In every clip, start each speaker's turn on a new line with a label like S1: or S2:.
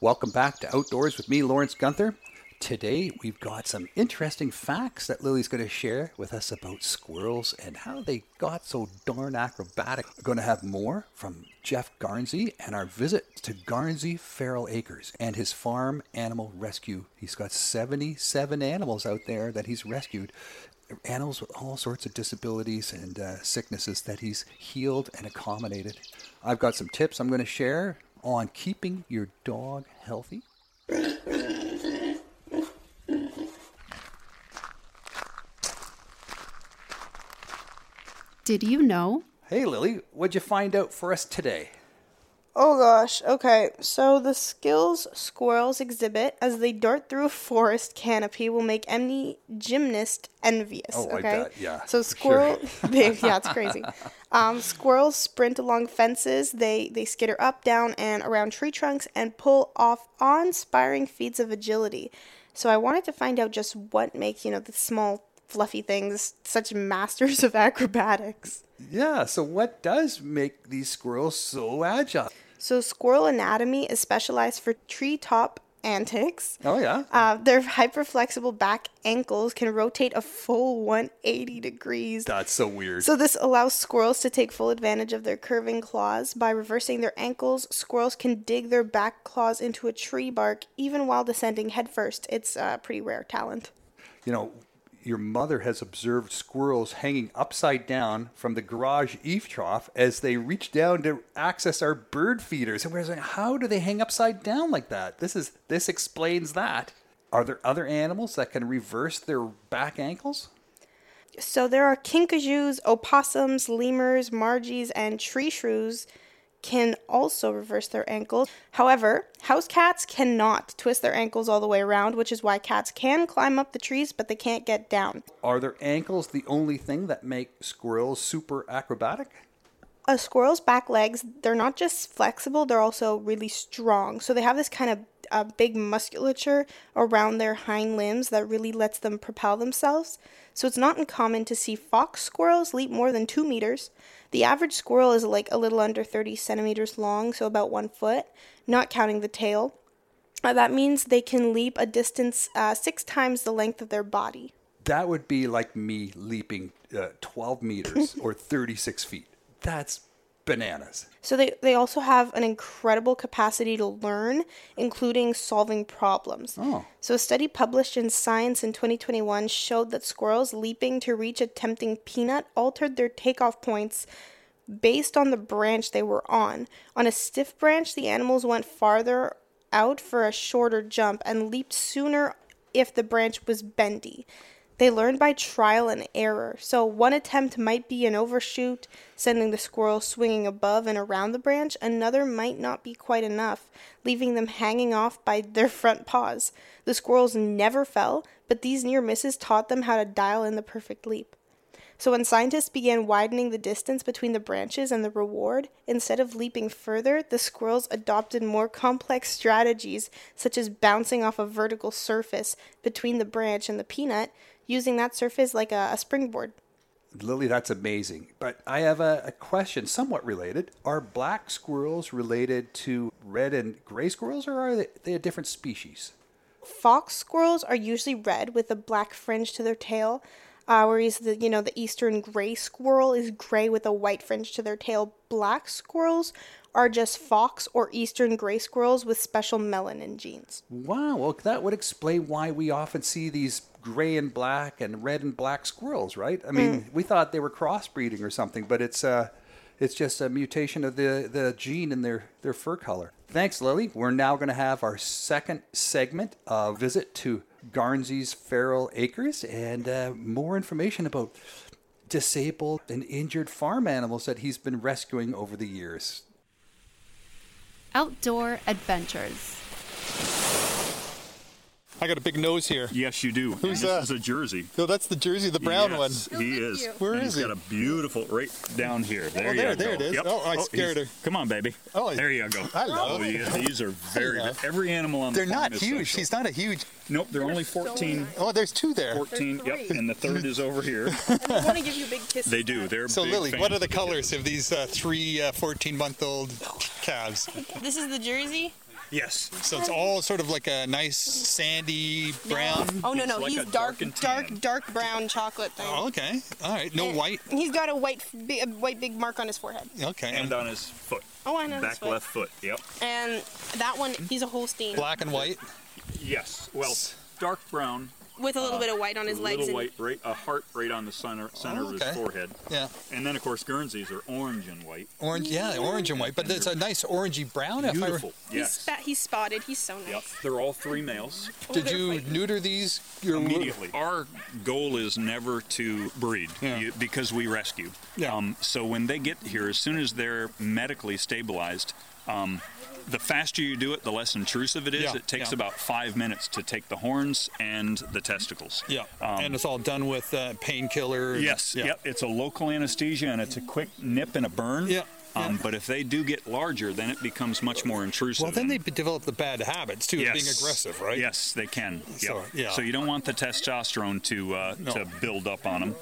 S1: Welcome back to Outdoors with me, Lawrence Gunther. Today, we've got some interesting facts that Lily's going to share with us about squirrels and how they got so darn acrobatic. We're going to have more from Jeff Garnsey and our visit to Garnsey Feral Acres and his farm animal rescue. He's got 77 animals out there that he's rescued animals with all sorts of disabilities and uh, sicknesses that he's healed and accommodated. I've got some tips I'm going to share on keeping your dog healthy.
S2: Did you know?
S1: Hey, Lily, what'd you find out for us today?
S3: Oh gosh, okay. So the skills squirrels exhibit as they dart through a forest canopy will make any gymnast envious.
S1: Oh, I
S3: okay?
S1: bet, yeah,
S3: So
S1: for sure.
S3: squirrel they, yeah, it's crazy. Um, squirrels sprint along fences, they they skitter up, down, and around tree trunks and pull off awe inspiring feats of agility. So I wanted to find out just what makes, you know, the small fluffy things such masters of acrobatics.
S1: Yeah, so what does make these squirrels so agile?
S3: So, squirrel anatomy is specialized for treetop antics.
S1: Oh, yeah.
S3: Uh, their hyperflexible back ankles can rotate a full 180 degrees.
S1: That's so weird.
S3: So, this allows squirrels to take full advantage of their curving claws. By reversing their ankles, squirrels can dig their back claws into a tree bark even while descending headfirst. It's a pretty rare talent.
S1: you know, your mother has observed squirrels hanging upside down from the garage eave trough as they reach down to access our bird feeders. And we're saying, how do they hang upside down like that? This is this explains that. Are there other animals that can reverse their back ankles?
S3: So there are kinkajous, opossums, lemurs, margies, and tree shrews can also reverse their ankles. However, house cats cannot twist their ankles all the way around, which is why cats can climb up the trees but they can't get down.
S1: Are their ankles the only thing that make squirrels super acrobatic?
S3: A squirrel's back legs, they're not just flexible, they're also really strong. So they have this kind of uh, big musculature around their hind limbs that really lets them propel themselves. So it's not uncommon to see fox squirrels leap more than two meters. The average squirrel is like a little under 30 centimeters long, so about one foot, not counting the tail. Uh, that means they can leap a distance uh, six times the length of their body.
S1: That would be like me leaping uh, 12 meters or 36 feet. That's bananas.
S3: So they, they also have an incredible capacity to learn, including solving problems.
S1: Oh.
S3: So a study published in Science in 2021 showed that squirrels leaping to reach a tempting peanut altered their takeoff points based on the branch they were on. On a stiff branch, the animals went farther out for a shorter jump and leaped sooner if the branch was bendy. They learned by trial and error, so one attempt might be an overshoot, sending the squirrel swinging above and around the branch. Another might not be quite enough, leaving them hanging off by their front paws. The squirrels never fell, but these near misses taught them how to dial in the perfect leap. So when scientists began widening the distance between the branches and the reward, instead of leaping further, the squirrels adopted more complex strategies, such as bouncing off a vertical surface between the branch and the peanut, using that surface like a, a springboard.
S1: Lily, that's amazing. But I have a, a question somewhat related. Are black squirrels related to red and gray squirrels, or are they, they a different species?
S3: Fox squirrels are usually red with a black fringe to their tail, uh, whereas the you know the eastern gray squirrel is gray with a white fringe to their tail. Black squirrels are just fox or eastern gray squirrels with special melanin genes.
S1: Wow, well, that would explain why we often see these gray and black and red and black squirrels, right? I mean, we thought they were crossbreeding or something, but it's uh, it's just a mutation of the, the gene in their, their fur color. Thanks, Lily. We're now going to have our second segment, a visit to Garnsey's Feral Acres, and uh, more information about disabled and injured farm animals that he's been rescuing over the years.
S2: Outdoor adventures.
S4: I got a big nose here.
S5: Yes, you do.
S4: Who's
S5: And this
S4: that?
S5: is a jersey.
S4: No, that's the jersey, the brown
S5: yes,
S4: one.
S5: He is.
S4: Where
S5: And
S4: is
S5: he's
S4: he? Oh,
S5: got a beautiful right down here. There,
S4: there- there
S5: you go.
S4: it is.
S5: Yep.
S4: Oh, I
S5: he's-
S4: scared her.
S5: Come on, baby.
S4: Oh, I-
S5: there you go.
S4: I love
S5: oh,
S4: it.
S5: yeah, these are very.
S4: love-
S5: Every animal on
S4: They're
S5: the farm
S4: not
S5: is
S4: huge.
S5: Social.
S4: He's not a huge.
S5: Nope, they're only 14.
S4: Oh, there's two there.
S5: 14. Yep, and the third is over here.
S3: I want to give you a big kiss.
S5: They do. They're
S4: So,
S5: big
S4: Lily,
S5: fans
S4: what are
S5: of
S4: the colors of these uh, three uh, 14 month old calves?
S6: This is the jersey.
S5: Yes.
S4: So it's all sort of like a nice sandy brown.
S3: Oh no no,
S5: like
S3: he's
S5: a
S3: dark
S5: dark
S3: dark,
S5: and
S3: dark
S5: tan.
S3: brown chocolate thing.
S4: Oh, okay. All right. No
S3: And
S4: white.
S3: He's got a white f- bi- a white big mark on his forehead.
S4: Okay.
S5: And uh,
S4: And
S5: on his foot.
S3: Oh, I know.
S5: Back left foot. Yep.
S3: And that one, he's a Holstein
S4: black and white.
S5: Yes. Well, dark brown,
S3: with a little bit of white on his
S5: a
S3: legs.
S5: little
S3: and-
S5: white, right, a heart right on the center, center of
S4: Oh, okay.
S5: his forehead.
S4: Yeah.
S5: And then, of course, Guernseys are orange and white.
S4: Orange. Yeah, orange and white. But it's a nice orangey brown. if I re-
S5: Beautiful.
S3: He's,
S5: Yes.
S3: spa- he's spotted. He's so nice.
S5: Yep. They're all three males.
S3: Oh,
S4: Did
S3: they're
S4: you
S3: fighting.
S4: neuter these? Your
S5: Immediately. Our goal is never to breed
S4: Yeah.
S5: you- because we rescue. Um,
S4: Yeah.
S5: so when they get here, as soon as they're medically stabilized, um, the faster you do it, the less intrusive it is.
S4: Yeah,
S5: It takes
S4: yeah.
S5: about five minutes to take the horns and the testicles.
S4: Yeah.
S5: Um,
S4: and it's all done with uh, painkiller. and-
S5: Yes.
S4: Yeah.
S5: Yep. It's a local anesthesia and it's a quick nip and a burn.
S4: Yeah,
S5: Um,
S4: yeah.
S5: But if they do get larger, then it becomes much more intrusive.
S4: Well, then
S5: and-
S4: they b- develop the bad habits too, of being
S5: Yes.
S4: aggressive, right?
S5: Yes, they can. Yep.
S4: So, yeah.
S5: So you don't want the testosterone to uh,
S4: No.
S5: to build up on them.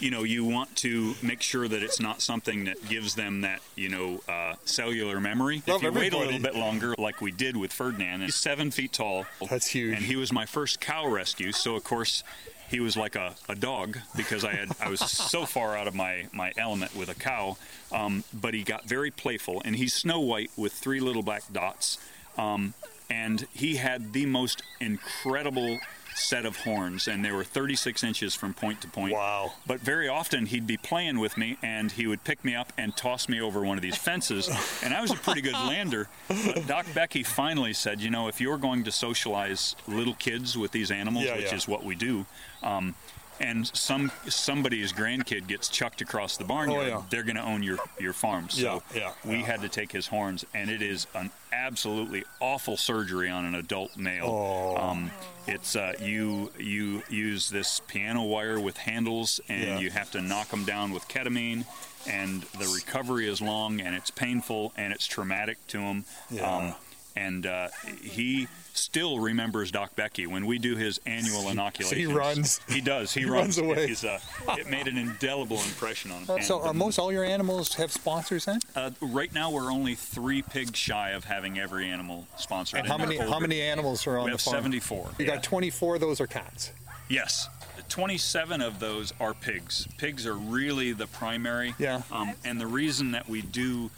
S5: You know, you want to make sure that it's not something that gives them that you know uh, cellular memory.
S4: Love
S5: if you wait a
S4: everybody.
S5: little bit longer, like we did with Ferdinand, he's seven feet tall.
S4: That's huge.
S5: And he was my first cow rescue, so of course. He was like a, a dog because I had I was so far out of my, my element with a cow, um, but he got very playful and he's Snow White with three little black dots, um, and he had the most incredible set of horns, and they were 36 inches from point to point.
S4: Wow.
S5: But very often he'd be playing with me, and he would pick me up and toss me over one of these fences, and I was a pretty good lander. But Doc Becky finally said, you know, if you're going to socialize little kids with these animals,
S4: Yeah,
S5: which
S4: yeah.
S5: is what we do. Um, and some somebody's grandkid gets chucked across the barnyard.
S4: Oh, yeah.
S5: They're going to own your your farm. So
S4: Yeah, yeah,
S5: we
S4: yeah.
S5: had to take his horns, and it is an absolutely awful surgery on an adult male.
S4: Oh,
S5: Um, it's uh, you you use this piano wire with handles, and
S4: Yeah.
S5: you have to knock them down with ketamine. And the recovery is long, and it's painful, and it's traumatic to him.
S4: Yeah.
S5: and uh, he still remembers Doc Becky when we do his annual inoculations.
S4: runs.
S5: He does. He,
S4: runs
S5: runs. It
S4: away.
S5: is, uh, it made an indelible impression on him.
S4: Uh,
S5: And
S4: so,
S5: the
S4: are most all your animals have sponsors then?
S5: uh, right now, we're only three pigs shy of having every animal sponsored.
S4: And how many how many animals are on
S5: We
S4: the
S5: have
S4: farm?
S5: 74.
S4: You got 24 of those are cats.
S5: Yes. 27 of those are pigs. Pigs are really the primary.
S4: Yeah.
S5: Um, and the reason that we do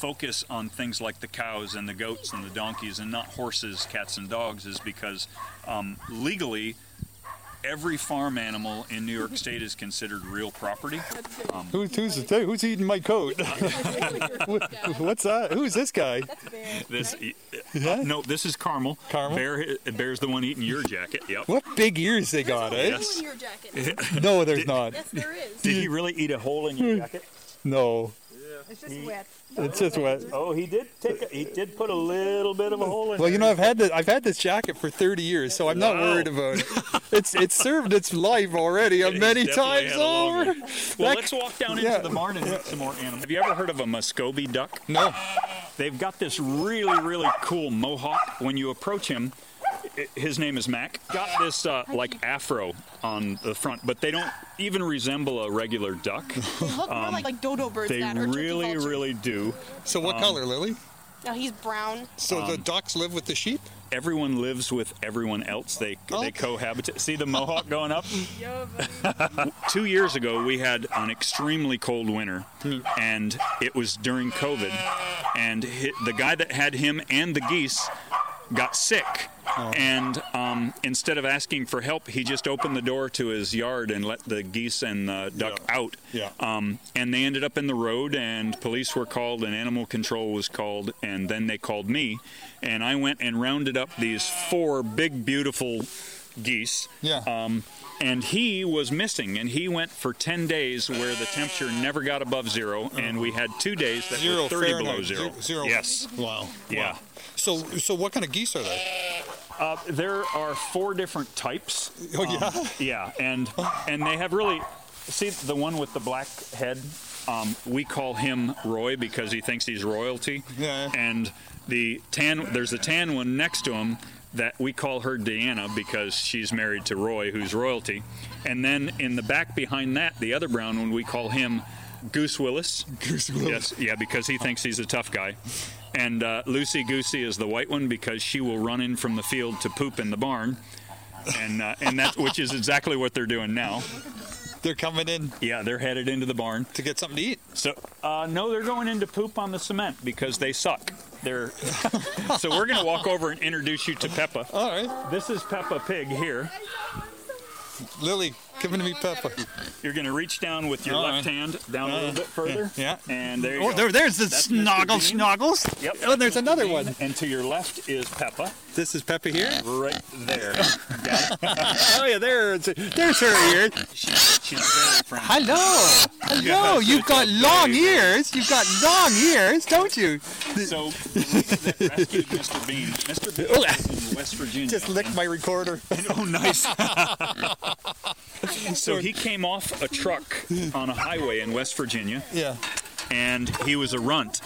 S5: focus on things like the cows and the goats and the donkeys and not horses, cats, and dogs is because um, legally, every farm animal in New York State is considered real property. Um,
S4: Who's who's who's eating my coat? What's that? Who's this guy?
S5: This, uh, no, this is Carmel.
S4: Carmel?
S5: Bear, Bear's the one eating your jacket. Yep.
S4: What big ears they got, eh?
S5: Yes.
S2: your jacket.
S4: No, there's not.
S2: there is.
S5: Did he really eat a hole in
S4: Hmm.
S5: your jacket?
S4: No,
S6: It's just wet.
S4: it's just wet.
S5: Oh, he did take. A, he did put a little bit of a hole in.
S4: Well, you know, I've had this, I've had this jacket for 30 years, so I'm not
S5: Wow.
S4: worried about it. It's it's served its life already uh,
S5: He's
S4: many
S5: definitely
S4: times
S5: had a long
S4: over.
S5: one. Well,
S4: That-
S5: let's walk down
S4: yeah.
S5: into the barn and hit some more animals. Have you ever heard of a Muscovy duck?
S4: No,
S5: They've got this really, really cool mohawk. When you approach him, i- his name is Mac. Got this uh, like afro on the front, but they don't even resemble a regular duck.
S3: They look more like, like dodo birds.
S5: Um, They
S3: that are turkey
S5: really,
S3: vultures.
S5: really do.
S4: so what
S5: Um,
S4: color, Lily?
S3: No, he's brown.
S4: So the ducks live with the sheep?
S5: Everyone lives with everyone else. They
S4: Okay.
S5: they cohabitate. See the mohawk going up. two years ago we had an extremely cold winter and it was during covid and hi the guy that had him and the geese got sick
S4: Oh.
S5: and um, instead of asking for help he just opened the door to his yard and let the geese and the duck
S4: Yeah.
S5: out
S4: Yeah.
S5: um, and they ended up in the road and police were called and animal control was called and then they called me and i went and rounded up these four big beautiful geese
S4: Yeah.
S5: um, and he was missing, and he went for 10 days where the temperature never got above zero, and we had two days that
S4: zero
S5: were 30 below
S4: Fahrenheit,
S5: zero.
S4: ze- Zero.
S5: Yes.
S4: Wow.
S5: Yeah.
S4: So so what kind of geese are they?
S5: Uh, there are four different types.
S4: Oh yeah.
S5: Yeah, and and they have really see the one with the black head. Um, we call him Roy because he thinks he's royalty.
S4: Yeah.
S5: And the tan there's a tan one next to him that we call her Deanna because she's married to Roy, who's royalty. And then in the back behind that, the other brown one, we call him Goose Willis.
S4: Goose Willis.
S5: Yes, yeah, because he thinks he's a tough guy. And uh, Lucy Goosey is the white one because she will run in from the field to poop in the barn, and uh, and that's which is exactly what they're doing now.
S4: They're coming in
S5: Yeah, they're headed into the barn.
S4: to get something to eat.
S5: So uh, no, they're going in to poop on the cement because they suck. They're so we're gonna walk over and introduce you to Peppa.
S4: All right,
S5: This is Peppa Pig here.
S4: Lily, give it to me, Peppa.
S5: You're gonna reach down with your
S4: All right.
S5: left hand down a little bit further.
S4: Yeah.
S5: And there you
S4: Oh,
S5: go.
S4: there, there's the
S5: That's Mr.
S4: snoggle,
S5: Bean.
S4: snoggles.
S5: Yep.
S4: Oh, there's another one.
S5: And to your left is Peppa,
S4: This is Peppa here.
S5: right there. Got it?
S4: Oh yeah, there's there's her ears.
S5: She, she's very friendly.
S4: Hello, hello.
S5: Yeah,
S4: You've got
S5: it's a
S4: long
S5: baby.
S4: ears. You've got long ears, don't you?
S5: So, that rescued Mr. Bean. Mr. Bean
S4: Oh.
S5: is in West Virginia.
S4: Just licked my recorder.
S5: Oh, nice. so he came off a truck on a highway in West Virginia,
S4: Yeah.
S5: and he was a runt.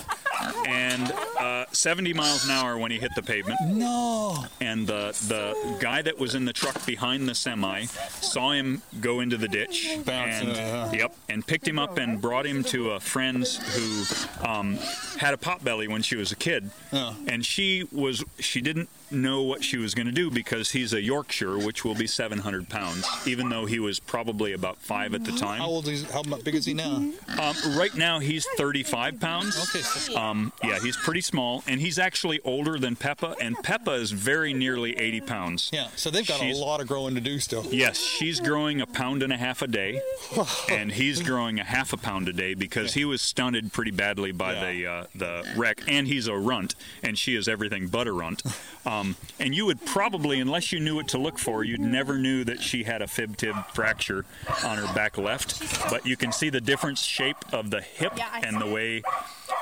S5: And uh, 70 miles an hour when he hit the pavement.
S4: No.
S5: and the the guy that was in the truck behind the semi saw him go into the ditch
S4: Bounce,
S5: and
S4: uh,
S5: yep and picked him up and brought him to a friend's who um, had a pot belly when she was a kid
S4: Yeah.
S5: and she was she didn't know what she was going to do because he's a yorkshire which will be 700 pounds even though he was probably about five at the time
S4: How old is? How mu- big is he now?
S5: um, right now he's 35 pounds
S4: Okay. So,
S5: um, yeah, he's pretty small, and he's actually older than Peppa, and Peppa is very nearly 80 pounds.
S4: yeah. So they've got
S5: She's-
S4: a lot of growing to do still.
S5: Yes, she's growing a pound and a half a day, and he's growing a half a pound a day because he was stunted pretty badly by the uh, the wreck. And he's a runt, and she is everything but a runt. Um, and you would probably, unless you knew what to look for, you'd never knew that she had a fib tib fracture on her back left. But you can see the different shape of the hip
S2: Yeah, I
S5: and the way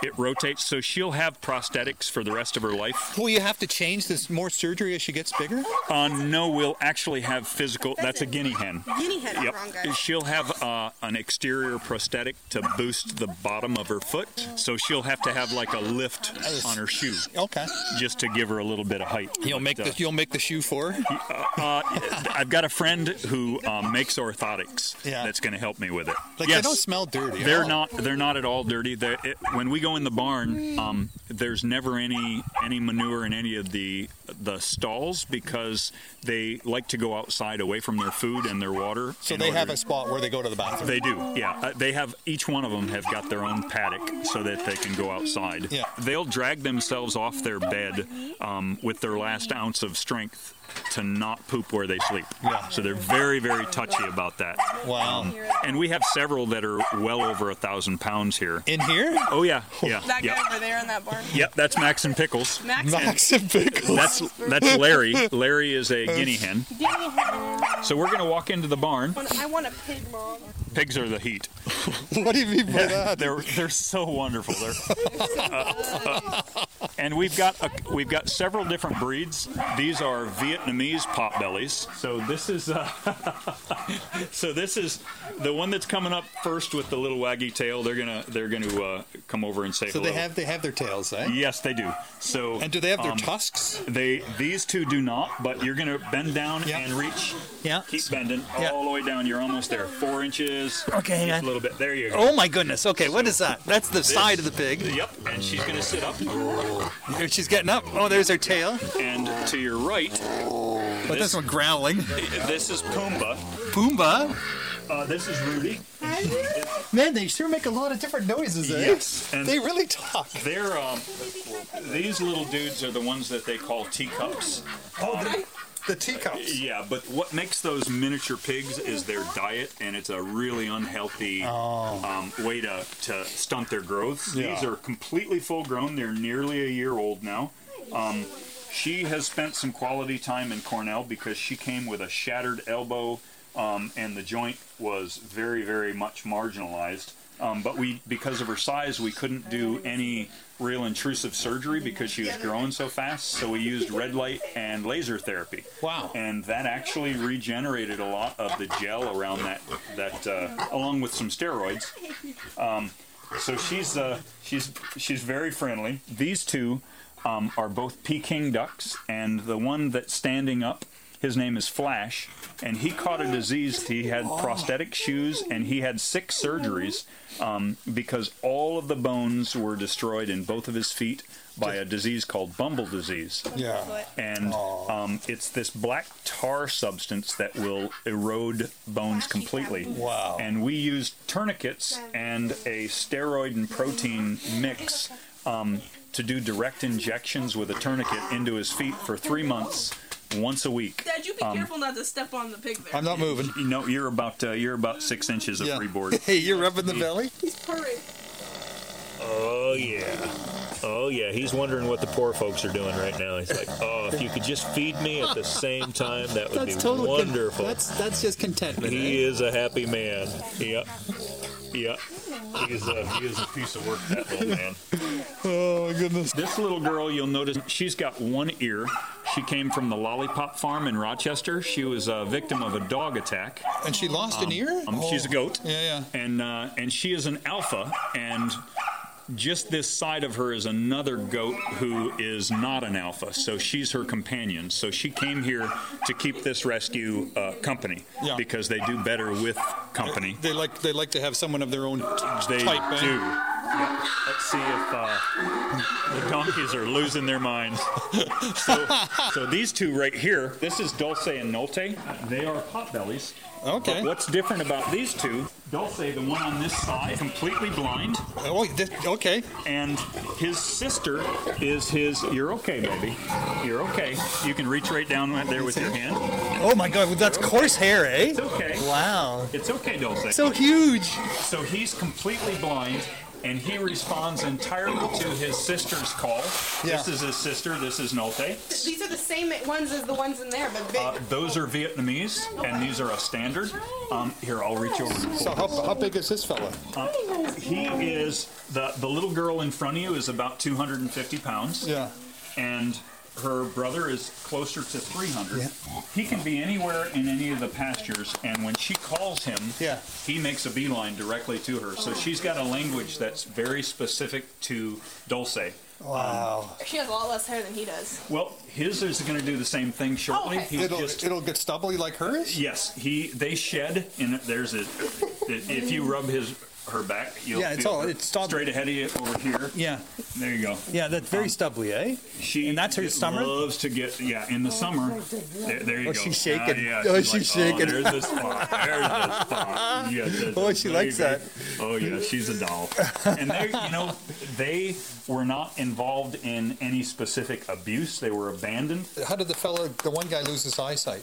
S5: it rotates. So she'll have prosthetics for the rest of her life.
S4: Will you have to change this more surgery as she gets bigger?
S5: Uh, no, we'll actually have physical. That's a guinea hen.
S3: Guinea hen,
S5: Yep.
S3: wrong guy.
S5: She'll have uh, an exterior prosthetic to boost the bottom of her foot, so she'll have to have like a lift on her shoe
S4: Okay.
S5: just to give her a little bit of height.
S4: You'll make
S5: But,
S4: the you'll make the shoe for. her?
S5: uh, uh, I've got a friend who um, makes orthotics.
S4: Yeah.
S5: That's going to help me with it.
S4: Like
S5: yes.
S4: they don't smell dirty. at
S5: They're
S4: all.
S5: not. They're not at all dirty. They're, it, when we go in the barn, um, there's never any any manure in any of the the stalls because they like to go outside away from their food and their water.
S4: So
S5: in
S4: they have
S5: order-
S4: a spot where they go to the bathroom.
S5: They do. Yeah. Uh, they have. Each one of them have got their own paddock so that they can go outside.
S4: Yeah.
S5: They'll drag themselves off their bed um, with their last ounce of strength to not poop where they sleep.
S4: Yeah.
S5: So they're very very touchy about that.
S4: Wow.
S5: And we have several that are well over a thousand pounds here.
S4: In here,
S5: Oh yeah, yeah,
S6: That
S5: yeah.
S6: guy over there in that barn.
S5: Yep, that's Max and Pickles.
S6: Max.
S4: Max and Pickles.
S5: That's that's Larry. Larry is a guinea hen. So we're gonna walk into the barn.
S6: I want a pig, mom.
S5: Pigs are the heat.
S4: What do you mean by that?
S5: They're they're so wonderful. They're, and we've got a, we've got several different breeds. These are Vietnamese potbellies. So this is uh, so this is the one that's coming up first with the little waggy tail. They're gonna they're gonna uh, come over and say
S4: So
S5: hello.
S4: they have they have their tails, eh?
S5: yes, they do. So
S4: And do they have their
S5: um,
S4: tusks?
S5: They these two do not, but you're gonna bend down
S4: Yeah.
S5: and reach.
S4: Yeah.
S5: Keep bending
S4: Yeah.
S5: all the way down. You're almost there. Four inches.
S4: Okay, hang
S5: Just
S4: on.
S5: a little bit. There you go.
S4: Oh my goodness. Okay, what is that? That's the side of the pig.
S5: Yep. And she's gonna sit up.
S4: There She's getting up. Oh, there's her tail.
S5: And to your right,
S4: But this one growling.
S5: this is Pumbaa.
S4: Pumbaa.
S5: Uh, this is Rudy.
S4: Man, they sure make a lot of different noises, eh?
S5: Yes, and-
S4: they really talk.
S5: They're um, these little dudes are the ones that they call teacups.
S4: Oh, The teacups.
S5: Yeah, but what makes those miniature pigs is their diet, and it's a really unhealthy
S4: Oh.
S5: um, way to, to stunt their growth. These
S4: Yeah.
S5: are completely full grown, they're nearly a year old now. Um, she has spent some quality time in Cornell because she came with a shattered elbow, um, and the joint was very, very much marginalized. Um, but we, because of her size, we couldn't do any real intrusive surgery because she was growing so fast. So we used red light and laser therapy.
S4: Wow.
S5: And that actually regenerated a lot of the gel around that, that uh, along with some steroids. Um, so she's uh, she's she's very friendly. These two um, are both Peking ducks, and the one that's standing up His name is Flash, and he caught a disease. He had prosthetic shoes, and he had six surgeries um, because all of the bones were destroyed in both of his feet by a disease called bumble disease
S4: Yeah.
S5: and um, it's this black tar substance that will erode bones completely.
S4: Wow.
S5: And we used tourniquets and a steroid and protein mix um, to do direct injections with a tourniquet into his feet for three months, once a week.
S6: Dad, you be careful not to step on the pig there.
S4: I'm not moving.
S5: You know, you're about uh, you're about six inches of
S4: Yeah.
S5: freeboard.
S4: Hey, you're up in the belly?
S6: He's purring.
S7: Oh yeah, oh yeah. He's wondering what the poor folks are doing right now. He's like, oh, if you could just feed me at the same time, that would
S8: That's
S7: be
S8: totally con-
S7: wonderful.
S8: that's that's just contentment. eh?
S7: He is a happy man. Yep. Yep. He's a, he is a piece of work, that little man.
S4: Oh, my goodness.
S5: This little girl, you'll notice, she's got one ear. She came from the Lollipop Farm in Rochester. She was a victim of a dog attack.
S4: And she lost an ear? Oh.
S5: Um, She's a goat.
S4: Yeah, yeah.
S5: and uh, and she is an alpha, and just this side of her is another goat who is not an alpha, so she's her companion. So she came here to keep this rescue uh, company
S4: Yeah.
S5: because they do better with company.
S4: They like they like to have someone of their own.
S5: They
S4: Type A.
S5: do. Yeah. Let's see if uh, the donkeys are losing their minds. so, so these two right here, this is Dulce and Nolte. They are potbellies.
S4: Okay.
S5: But what's different about these two? Dulce, the one on this side, completely blind,
S4: Oh, this, okay.
S5: and his sister is his. You're okay, baby. You're okay. You can reach right down right there with your hand.
S8: Oh my God, well, that's coarse hair, eh?
S5: It's okay.
S8: Wow,
S5: It's okay, Dulce.
S8: so huge.
S5: So he's completely blind, and he responds entirely to his sister's call. This
S4: Yeah.
S5: is his sister. This is Nolte.
S6: These are the same ones as the ones in there, but big.
S5: Uh, those are Vietnamese, and these are a standard. Um, here, I'll reach over. and
S4: So how, how big is this fella?
S5: pull. Um, He is the the little girl in front of you is about 250 pounds.
S4: Yeah.
S5: and her brother is closer to 300. He can be anywhere in any of the pastures, and when she calls him,
S4: Yeah.
S5: he makes a beeline directly to her. So she's got a language that's very specific to Dulce.
S4: Wow.
S6: She has a lot less hair than he does.
S5: Well, his is going to do the same thing shortly.
S6: Okay.
S5: He's
S4: It'll
S5: just
S4: it'll get stubbly like hers.
S5: yes, he they shed, and there's a if you rub his her back, you'll
S8: Yeah, it's
S5: feel
S8: all-
S5: her
S8: it's all-
S5: straight ahead of you over here.
S8: Yeah,
S5: There you go.
S8: yeah, that's very stubbly, eh?
S5: She
S8: And that's her
S5: get-
S8: summer?
S5: Loves to get yeah in the summer. There, there you
S8: Oh,
S5: go.
S8: she's shaking.
S5: Ah, yeah,
S8: Oh,
S5: like,
S8: she's shaking.
S5: there's the spot. There's the spot. Yeah, there's
S8: Oh,
S5: the
S8: she likes
S5: baby.
S8: that.
S5: Oh yeah, she's a doll. And they, you know, they were not involved in any specific abuse. They were abandoned.
S4: How did the fella, the one guy, lose his eyesight?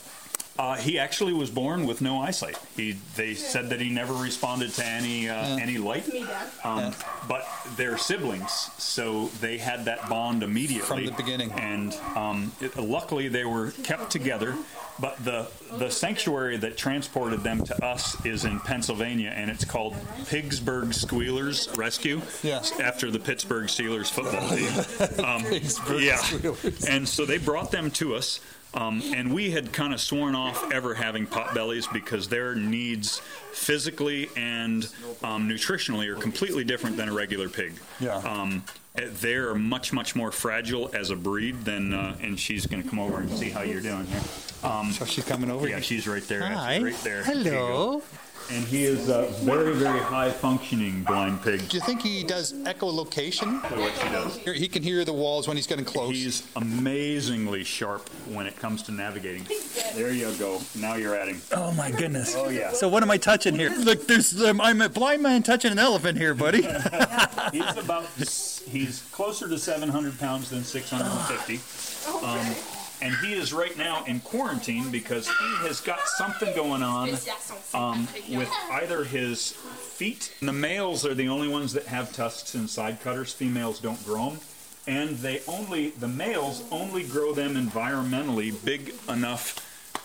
S5: Uh, he actually was born with no eyesight. He they said that he never responded to any uh, any light.
S6: Me, Dad.
S5: Um, But they're siblings, so they had that bond immediately
S4: From the beginning.
S5: And um, it, luckily, they were kept together. But the the sanctuary that transported them to us is in Pennsylvania, and it's called Pittsburgh Squealers Rescue.
S4: Yeah.
S5: After the Pittsburgh Steelers football team. Um, yeah. And so they brought them to us. Um, and we had kind of sworn off ever having potbellies because their needs physically and um, nutritionally are completely different than a regular pig.
S4: Yeah.
S5: Um, eh, they're much, much more fragile as a breed than, uh, and she's going to come over and see how you're doing here. Um,
S4: So Oh, she's coming over.
S5: yeah,
S4: here.
S5: she's right there.
S8: Hi.
S5: Right there. There you go.
S8: Hello.
S5: And he is a very, very high functioning blind pig.
S4: Do you think he does echolocation?
S5: What she does.
S4: Here, He can hear the walls when he's getting close.
S5: He's amazingly sharp when it comes to navigating. There you go. Now you're at him.
S8: Oh my goodness.
S5: Oh yeah.
S8: So what am I touching here? Look, there's um, I'm a blind man touching an elephant here, buddy.
S5: He's about he's closer to 700 pounds than 650. Um, and he is right now in quarantine because he has got something going on um, with either his feet. The males are the only ones that have tusks and side cutters. Females don't grow them, and they only the males only grow them environmentally big enough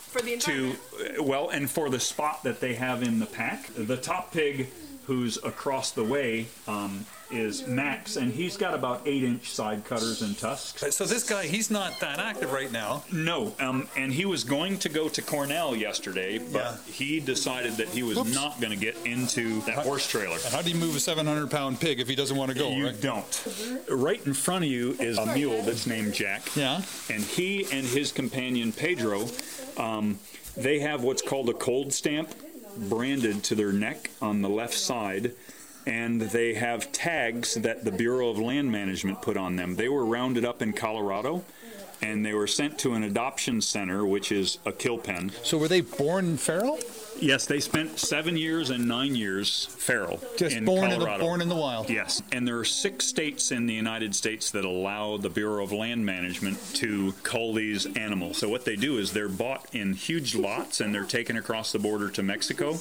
S6: For the
S5: to
S6: environment.
S5: well and for the spot that they have in the pack the top pig who's across the way um, is Max, and he's got about eight inch side cutters and tusks.
S8: So this guy, he's not that active right now.
S5: No, um, and he was going to go to Cornell yesterday, but
S8: Yeah.
S5: he decided that he was
S4: Whoops.
S5: not going to get into that horse trailer.
S4: How do you move a 700 pound pig if he doesn't want to go?
S5: You
S4: right?
S5: don't. Right in front of you is a mule that's named Jack.
S4: Yeah.
S5: and he and his companion Pedro, um, they have what's called a cold stamp branded to their neck on the left side, and they have tags that the Bureau of Land Management put on them. They were rounded up in Colorado. And they were sent to an adoption center, which is a kill pen.
S4: So were they born feral?
S5: Yes, they spent seven years and nine years feral
S4: Just
S5: in
S4: born in Oh
S5: Colorado.
S4: the born in the wild.
S5: Yes, and there are six states in the United States that allow the Bureau of Land Management to cull these animals. So what they do is they're bought in huge lots and they're taken across the border to Mexico.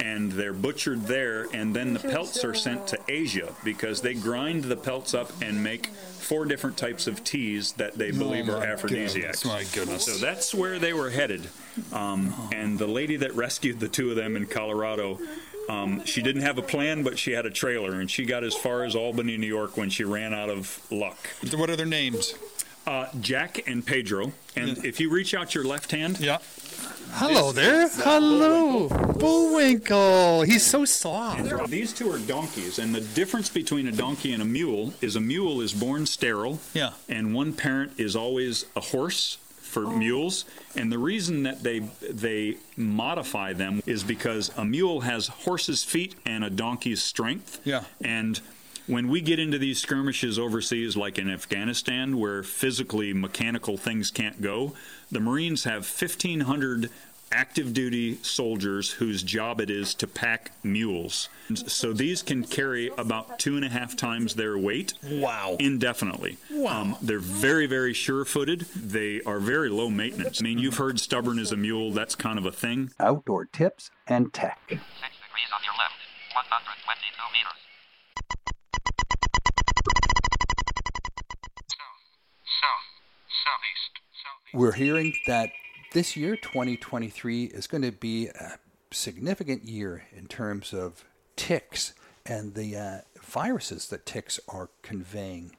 S5: And they're butchered there, and then the pelts are sent to Asia because they grind the pelts up and make four different types of teas that they believe
S4: Oh my
S5: are aphrodisiacs.
S4: goodness, my goodness.
S5: So that's where they were headed. Um, and the lady that rescued the two of them in Colorado, um, she didn't have a plan, but she had a trailer, and she got as far as Albany, New York, when she ran out of luck.
S4: What are their names?
S5: Uh, Jack and Pedro, and if you reach out your left hand,
S4: Yeah. Hello there. Hello, Bullwinkle. He's so soft.
S5: these two are donkeys, and the difference between a donkey and a mule is a mule is born sterile,
S4: Yeah.
S5: and one parent is always a horse for mules and the reason that they they modify them is because a mule has horse's feet and a donkey's strength
S4: Yeah.
S5: and when we get into these skirmishes overseas like in Afghanistan where physically mechanical things can't go the marines have 1500 active duty soldiers whose job it is to pack mules And so these can carry about two and a half times their weight
S8: Wow.
S5: indefinitely. Wow. Um, they're very, very sure footed. They are very low maintenance. I mean, you've heard stubborn as a mule, that's kind of a thing.
S1: Outdoor tips and tech.
S9: Six degrees on your left, 122 meters. South, south, southeast, southeast.
S1: We're hearing that this year, 2023, is going to be a significant year in terms of ticks and the uh, viruses that ticks are conveying.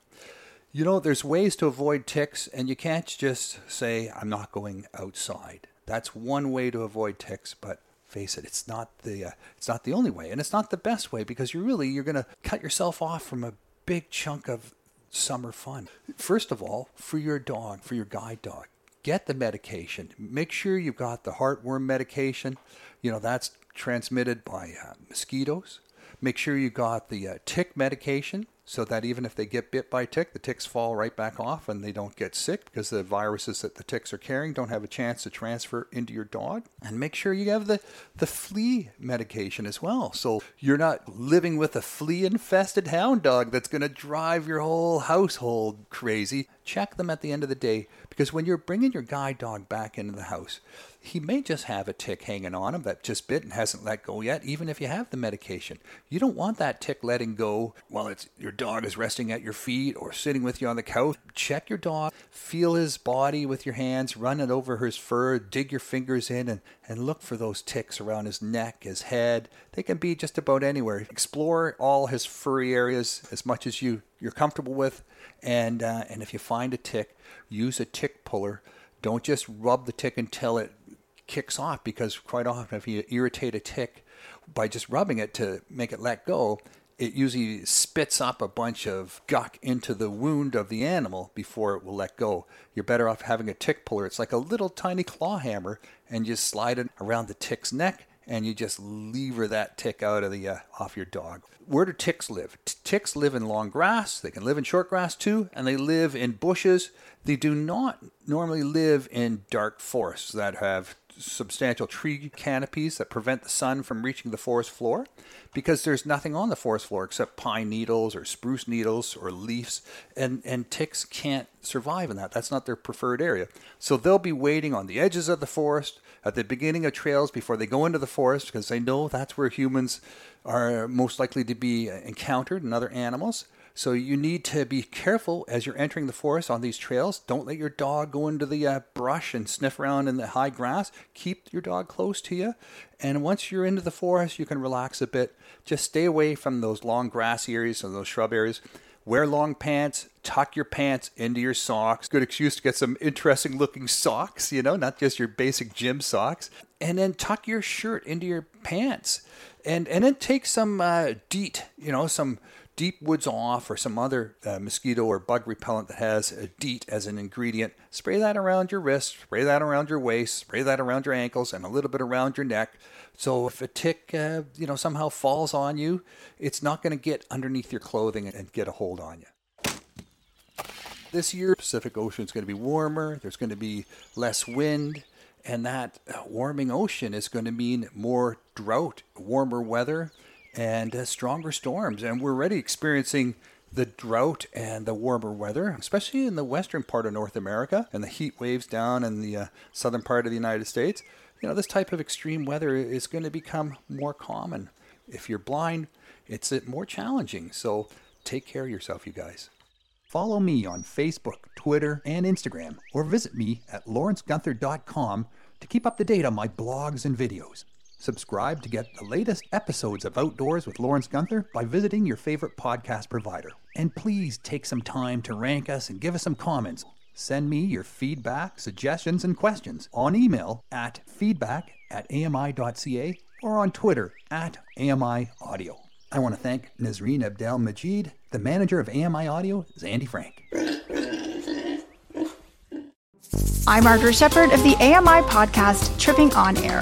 S1: You know, there's ways to avoid ticks, and you can't just say, I'm not going outside. That's one way to avoid ticks, but face it it's not the uh, it's not the only way and it's not the best way because you're really you're going to cut yourself off from a big chunk of summer fun first of all for your dog for your guide dog get the medication make sure you've got the heartworm medication you know that's transmitted by uh, mosquitoes Make sure you got the uh, tick medication so that even if they get bit by a tick, the ticks fall right back off and they don't get sick because the viruses that the ticks are carrying don't have a chance to transfer into your dog. And make sure you have the, the flea medication as well. So you're not living with a flea infested hound dog that's going to drive your whole household crazy. Check them at the end of the day because when you're bringing your guide dog back into the house, he may just have a tick hanging on him that just bit and hasn't let go yet, even if you have the medication. You don't want that tick letting go while it's your dog is resting at your feet or sitting with you on the couch. Check your dog, feel his body with your hands, run it over his fur, dig your fingers in and, and look for those ticks around his neck, his head. They can be just about anywhere. Explore all his furry areas as much as you, you're comfortable with. And uh, and if you find a tick, use a tick puller. Don't just rub the tick until it kicks off because quite often if you irritate a tick by just rubbing it to make it let go, it usually spits up a bunch of guck into the wound of the animal before it will let go. You're better off having a tick puller. It's like a little tiny claw hammer and you slide it around the tick's neck and you just lever that tick out of the uh, off your dog. Where do ticks live? T- ticks live in long grass. They can live in short grass too, and they live in bushes. They do not normally live in dark forests that have substantial tree canopies that prevent the sun from reaching the forest floor because there's nothing on the forest floor except pine needles or spruce needles or leaves and and ticks can't survive in that that's not their preferred area so they'll be waiting on the edges of the forest at the beginning of trails before they go into the forest because they know that's where humans are most likely to be encountered and other animals So you need to be careful as you're entering the forest on these trails. Don't let your dog go into the uh, brush and sniff around in the high grass. Keep your dog close to you. And once you're into the forest, you can relax a bit. Just stay away from those long grass areas and those shrub areas. Wear long pants, tuck your pants into your socks. Good excuse to get some interesting looking socks, you know, not just your basic gym socks. And then tuck your shirt into your pants. And and then take some uh, DEET, you know, some deep woods off or some other uh, mosquito or bug repellent that has a DEET as an ingredient. Spray that around your wrist, spray that around your waist, spray that around your ankles, and a little bit around your neck. So if a tick, uh, you know, somehow falls on you, it's not going to get underneath your clothing and- and get a hold on you this year pacific ocean is going to be warmer there's going to be less wind and that uh, warming ocean is going to mean more drought warmer weather and uh, stronger storms and we're already experiencing the drought and the warmer weather especially in the western part of north america and the heat waves down in the uh, southern part of the united states you know this type of extreme weather is going to become more common if you're blind it's uh, more challenging so take care of yourself you guys Follow me on Facebook, Twitter, and Instagram, or visit me at lawrencegunther.com to keep up to date on my blogs and videos. Subscribe to get the latest episodes of Outdoors with Lawrence Gunther by visiting your favorite podcast provider. And please take some time to rank us and give us some comments. Send me your feedback, suggestions, and questions on email at feedback at ami.ca or on Twitter at AMI Audio. I want to thank Nazreen Abdel Majid, the manager of AMI Audio, Zandy Frank.
S10: I'm Margaret Shepherd of the AMI podcast Tripping On Air.